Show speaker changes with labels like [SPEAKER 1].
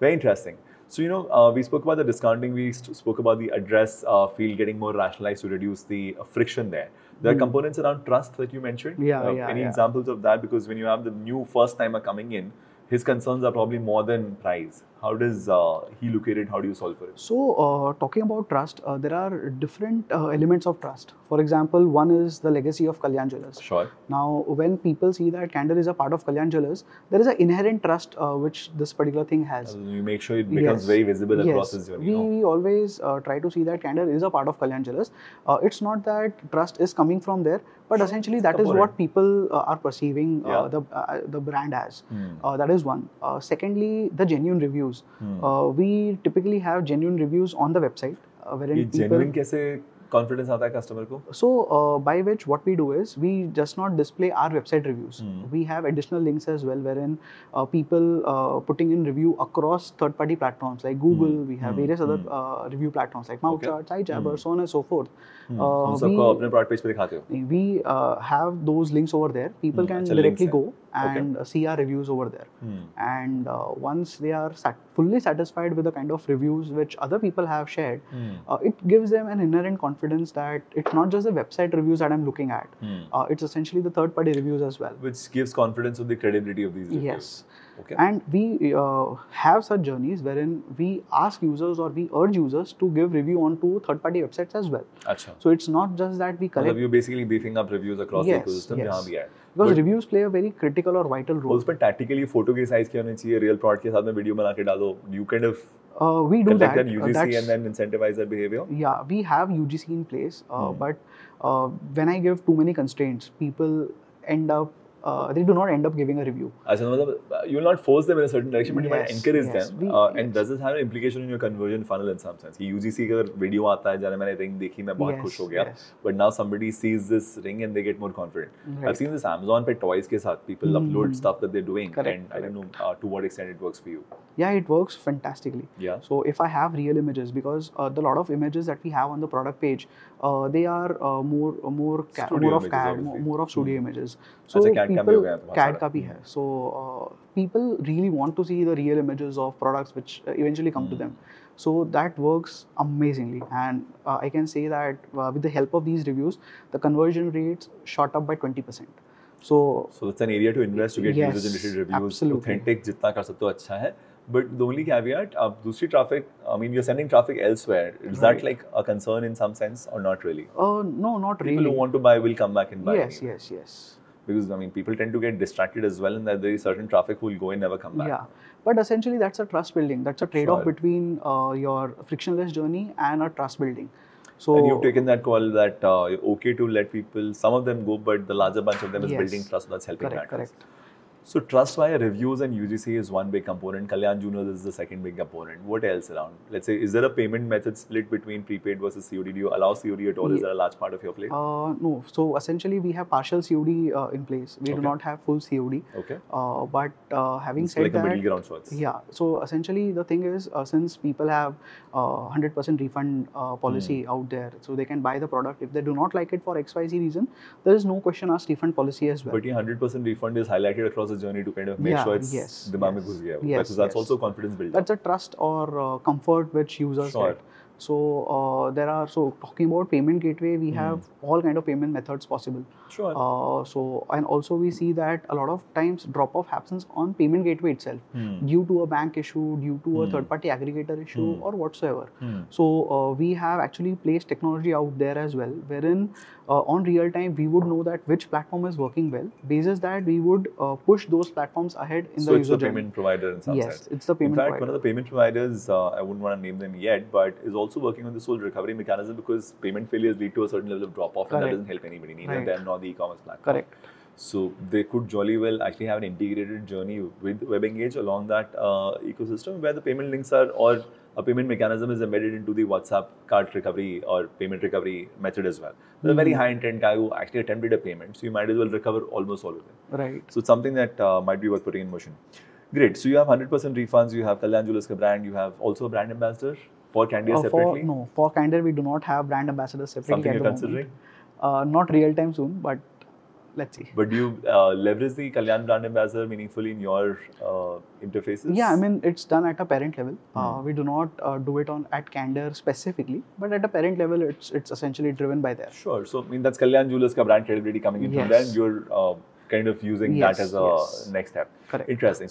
[SPEAKER 1] Very interesting. So, you know, uh, we spoke about the discounting, we st- spoke about the address uh, field getting more rationalized to reduce the uh, friction there. There are components around trust that you mentioned.
[SPEAKER 2] Hmm.
[SPEAKER 1] Uh,
[SPEAKER 2] Yeah, yeah,
[SPEAKER 1] Any
[SPEAKER 2] yeah.
[SPEAKER 1] examples of that? Because when you have the new first timer coming in, his concerns are probably more than price. How does uh, he look at it? How do you solve for it?
[SPEAKER 2] So, uh, talking about trust, uh, there are different uh, elements of trust. For example, one is the legacy of Kalyan Jewellers.
[SPEAKER 1] Sure.
[SPEAKER 2] Now, when people see that Candle is a part of Kalyan Jewellers, there is an inherent trust uh, which this particular thing has.
[SPEAKER 1] You make sure it becomes
[SPEAKER 2] Yes.
[SPEAKER 1] very visible across
[SPEAKER 2] yes,
[SPEAKER 1] his journey.
[SPEAKER 2] we,
[SPEAKER 1] no?
[SPEAKER 2] we always uh, try to see that Candle is a part of Kalyan Jewellers. Uh, it's not that trust is coming from there, but essentially that is what
[SPEAKER 1] component.
[SPEAKER 2] people uh, are perceiving uh,
[SPEAKER 1] Yeah.
[SPEAKER 2] the uh, the brand as.
[SPEAKER 1] Hmm.
[SPEAKER 2] Uh, that is one. Uh, secondly, the genuine reviews. Uh, we typically have genuine reviews on the website, uh, wherein
[SPEAKER 1] ये
[SPEAKER 2] people.
[SPEAKER 1] genuine कैसे confidence आता है customer को
[SPEAKER 2] So, uh, by which what we do is we just not display our website reviews. We have additional links as well, wherein uh, people uh, putting in review across third-party platforms like Google. We have various other uh, review platforms like Mouthchart, SiteJabber, so on and so forth. Uh,
[SPEAKER 1] तुम
[SPEAKER 2] we-
[SPEAKER 1] सबको अपने product page पे दिखाते हो
[SPEAKER 2] we uh, have those links over there. People can
[SPEAKER 1] अच्छा, links
[SPEAKER 2] directly
[SPEAKER 1] हैं.
[SPEAKER 2] go and uh see our reviews over there. And uh, once they are sat- fully satisfied with the kind of reviews which other people have shared,
[SPEAKER 1] Hmm.
[SPEAKER 2] uh, it gives them an inherent confidence that it's not just the website reviews that I'm looking at.
[SPEAKER 1] Hmm.
[SPEAKER 2] Uh, it's essentially the third-party reviews as well.
[SPEAKER 1] which gives confidence of the credibility of these reviews.
[SPEAKER 2] Yes.
[SPEAKER 1] Okay.
[SPEAKER 2] And we uh, have such journeys wherein we ask users or we urge users to give review onto third-party websites as well.
[SPEAKER 1] अच्छा
[SPEAKER 2] So it's not just that we collect
[SPEAKER 1] मतलब you basically beefing up reviews across the
[SPEAKER 2] Yes,
[SPEAKER 1] ecosystem
[SPEAKER 2] yes.
[SPEAKER 1] जहां भी है
[SPEAKER 2] because
[SPEAKER 1] But-
[SPEAKER 2] reviews play a very critical or vital role.
[SPEAKER 1] उस पर tactically photo के size के होने चाहिए रियल प्रोडक्ट के साथ में वीडियो बना के डालो you kind of
[SPEAKER 2] Uh, we do
[SPEAKER 1] collect
[SPEAKER 2] that.
[SPEAKER 1] That
[SPEAKER 2] Uh,
[SPEAKER 1] UGC
[SPEAKER 2] that's-
[SPEAKER 1] and then incentivise that behaviour
[SPEAKER 2] yeah, we have UGC in place, uh,
[SPEAKER 1] Hmm.
[SPEAKER 2] but uh, when I give too many constraints, people end up uh, they do not end up giving a review.
[SPEAKER 1] अच्छा मतलब you will not force them in a certain direction but you might
[SPEAKER 2] Yes,
[SPEAKER 1] encourage
[SPEAKER 2] yes,
[SPEAKER 1] them
[SPEAKER 2] we-
[SPEAKER 1] and
[SPEAKER 2] yes.
[SPEAKER 1] Does this have an implication in your conversion funnel in some sense कि UGC का अगर video आता है जरा मैंने ring देखी मैं बहुत
[SPEAKER 2] Yes,
[SPEAKER 1] खुश हो गया
[SPEAKER 2] yes.
[SPEAKER 1] But now somebody sees this ring and they get more confident I've
[SPEAKER 2] Right. Hmm.
[SPEAKER 1] seen this Amazon पे toys के साथ people upload stuff that they're doing
[SPEAKER 2] Correct,
[SPEAKER 1] and I don't know uh, to what extent it works for you
[SPEAKER 2] Yeah, it works fantastically.
[SPEAKER 1] Yeah.
[SPEAKER 2] So if I have real images, because uh, the lot of images that we have on the product page, uh, they are uh, more more ca-
[SPEAKER 1] Studio
[SPEAKER 2] more of
[SPEAKER 1] images,
[SPEAKER 2] CAD,
[SPEAKER 1] obviously.
[SPEAKER 2] more, more of studio images. So
[SPEAKER 1] अच्छा, CAD का भी हो
[SPEAKER 2] people
[SPEAKER 1] गया है बहुत
[SPEAKER 2] CAD
[SPEAKER 1] सारा.
[SPEAKER 2] का भी है. So uh, people really want to see the real images of products which uh, eventually come to
[SPEAKER 1] Hmm.
[SPEAKER 2] them. So that works amazingly, and uh, I can say that uh, with the help of these reviews, the conversion rates shot up by twenty percent. So
[SPEAKER 1] So that's an area to invest to get
[SPEAKER 2] Yes,
[SPEAKER 1] user generated reviews.
[SPEAKER 2] absolutely.
[SPEAKER 1] Authentic जितना कर सकते हो अच्छा है. But the only caveat, आप दूसरी traffic, I mean you're sending traffic elsewhere. Is that
[SPEAKER 2] Right.
[SPEAKER 1] like a concern in some sense or not really?
[SPEAKER 2] uh, no, not
[SPEAKER 1] People who
[SPEAKER 2] really.
[SPEAKER 1] want to buy will come back and buy.
[SPEAKER 2] Yes,
[SPEAKER 1] anyway.
[SPEAKER 2] yes, yes.
[SPEAKER 1] Because I mean people tend to get distracted as well, and that there is certain traffic who will go and never come back.
[SPEAKER 2] Yeah, but essentially that's a trust building. That's a trade-off
[SPEAKER 1] Sure.
[SPEAKER 2] between uh, your frictionless journey and a trust building. So
[SPEAKER 1] and you've taken that call that uh, you're okay to let people, some of them go, but the larger bunch of them is
[SPEAKER 2] Yes.
[SPEAKER 1] building trust that's helping
[SPEAKER 2] correct,
[SPEAKER 1] matters.
[SPEAKER 2] correct.
[SPEAKER 1] So trust via reviews and UGC is one big component. Kalyan Juniors is the second big component. What else around? Let's say, is there a payment method split between prepaid versus COD? Do you allow COD at all? Is
[SPEAKER 2] Ye-
[SPEAKER 1] that a large part of your plate?
[SPEAKER 2] Uh, no, so essentially we have partial COD uh, in place. We do
[SPEAKER 1] Okay.
[SPEAKER 2] not have full COD.
[SPEAKER 1] okay.
[SPEAKER 2] Uh, but uh, having
[SPEAKER 1] It's
[SPEAKER 2] said
[SPEAKER 1] like a
[SPEAKER 2] that,
[SPEAKER 1] middle ground sorts.
[SPEAKER 2] Yeah. So essentially, the thing is, uh, since people have uh, hundred percent refund uh,
[SPEAKER 1] Hmm.
[SPEAKER 2] policy out there, so they can buy the product. If they do not like it for X Y Z reason, there is no question asked refund policy as well.
[SPEAKER 1] But your 100% refund is highlighted across the journey to kind of make
[SPEAKER 2] Yeah,
[SPEAKER 1] sure it's
[SPEAKER 2] yes,
[SPEAKER 1] dimag mein
[SPEAKER 2] yes,
[SPEAKER 1] ghus gaya wo.
[SPEAKER 2] yes,
[SPEAKER 1] so that's
[SPEAKER 2] yes.
[SPEAKER 1] also confidence building.
[SPEAKER 2] that's a trust or uh, comfort which users
[SPEAKER 1] Sure.
[SPEAKER 2] get so uh, there are so talking about payment gateway
[SPEAKER 1] Hmm.
[SPEAKER 2] we have all kind of payment methods possible
[SPEAKER 1] sure.
[SPEAKER 2] uh, so and also we see that a lot of times drop off happens on payment gateway itself
[SPEAKER 1] Hmm.
[SPEAKER 2] due to a bank issue due to a third party aggregator issue
[SPEAKER 1] Hmm.
[SPEAKER 2] or whatsoever so uh, we have actually placed technology out there as well wherein uh, on real time we would know that which platform is working well basis that we would uh, push those platforms ahead in
[SPEAKER 1] so
[SPEAKER 2] the
[SPEAKER 1] it's
[SPEAKER 2] user
[SPEAKER 1] the
[SPEAKER 2] journey
[SPEAKER 1] payment provider in some
[SPEAKER 2] yes
[SPEAKER 1] sense.
[SPEAKER 2] it's the
[SPEAKER 1] In
[SPEAKER 2] payment
[SPEAKER 1] fact,
[SPEAKER 2] provider.
[SPEAKER 1] one of the payment providers, uh, I wouldn't want to name them yet, but is also working on this whole recovery mechanism because payment failures lead to a certain level of drop off, and that
[SPEAKER 2] Correct.
[SPEAKER 1] doesn't help anybody, neither
[SPEAKER 2] Right.
[SPEAKER 1] them nor the e commerce platform.
[SPEAKER 2] correct
[SPEAKER 1] So they could jolly well actually have an integrated journey with WebEngage along that uh, ecosystem where the payment links are or a payment mechanism is embedded into the WhatsApp card recovery or payment recovery method as well. There's a
[SPEAKER 2] Hmm.
[SPEAKER 1] very high intent guy who actually attempted a payment, so you might as well recover almost all of it.
[SPEAKER 2] Right.
[SPEAKER 1] So it's something that uh, might be worth putting in motion. Great. So you have 100% refunds, you have Kalyan Jewelers ka brand, you have also a brand ambassador for Candia
[SPEAKER 2] Uh, for
[SPEAKER 1] separately.
[SPEAKER 2] no, for Candor we do not have brand ambassadors separately
[SPEAKER 1] Something
[SPEAKER 2] at
[SPEAKER 1] you're
[SPEAKER 2] the moment.
[SPEAKER 1] considering?
[SPEAKER 2] Uh, not real time soon, but let's see.
[SPEAKER 1] But do you uh, leverage the Kalyan brand ambassador meaningfully in your uh, interfaces?
[SPEAKER 2] Yeah, I mean it's done at a parent level. Uh,
[SPEAKER 1] Hmm.
[SPEAKER 2] we do not uh, do it on at Candor specifically, but at a parent level, it's it's essentially driven by there.
[SPEAKER 1] Sure. So, I mean, that's Kalyan Jewelers' ka brand credibility coming in from
[SPEAKER 2] Yes.
[SPEAKER 1] there, and you're uh, kind of using that
[SPEAKER 2] Yes,
[SPEAKER 1] as a
[SPEAKER 2] yes.
[SPEAKER 1] next step.
[SPEAKER 2] Correct.
[SPEAKER 1] Interesting.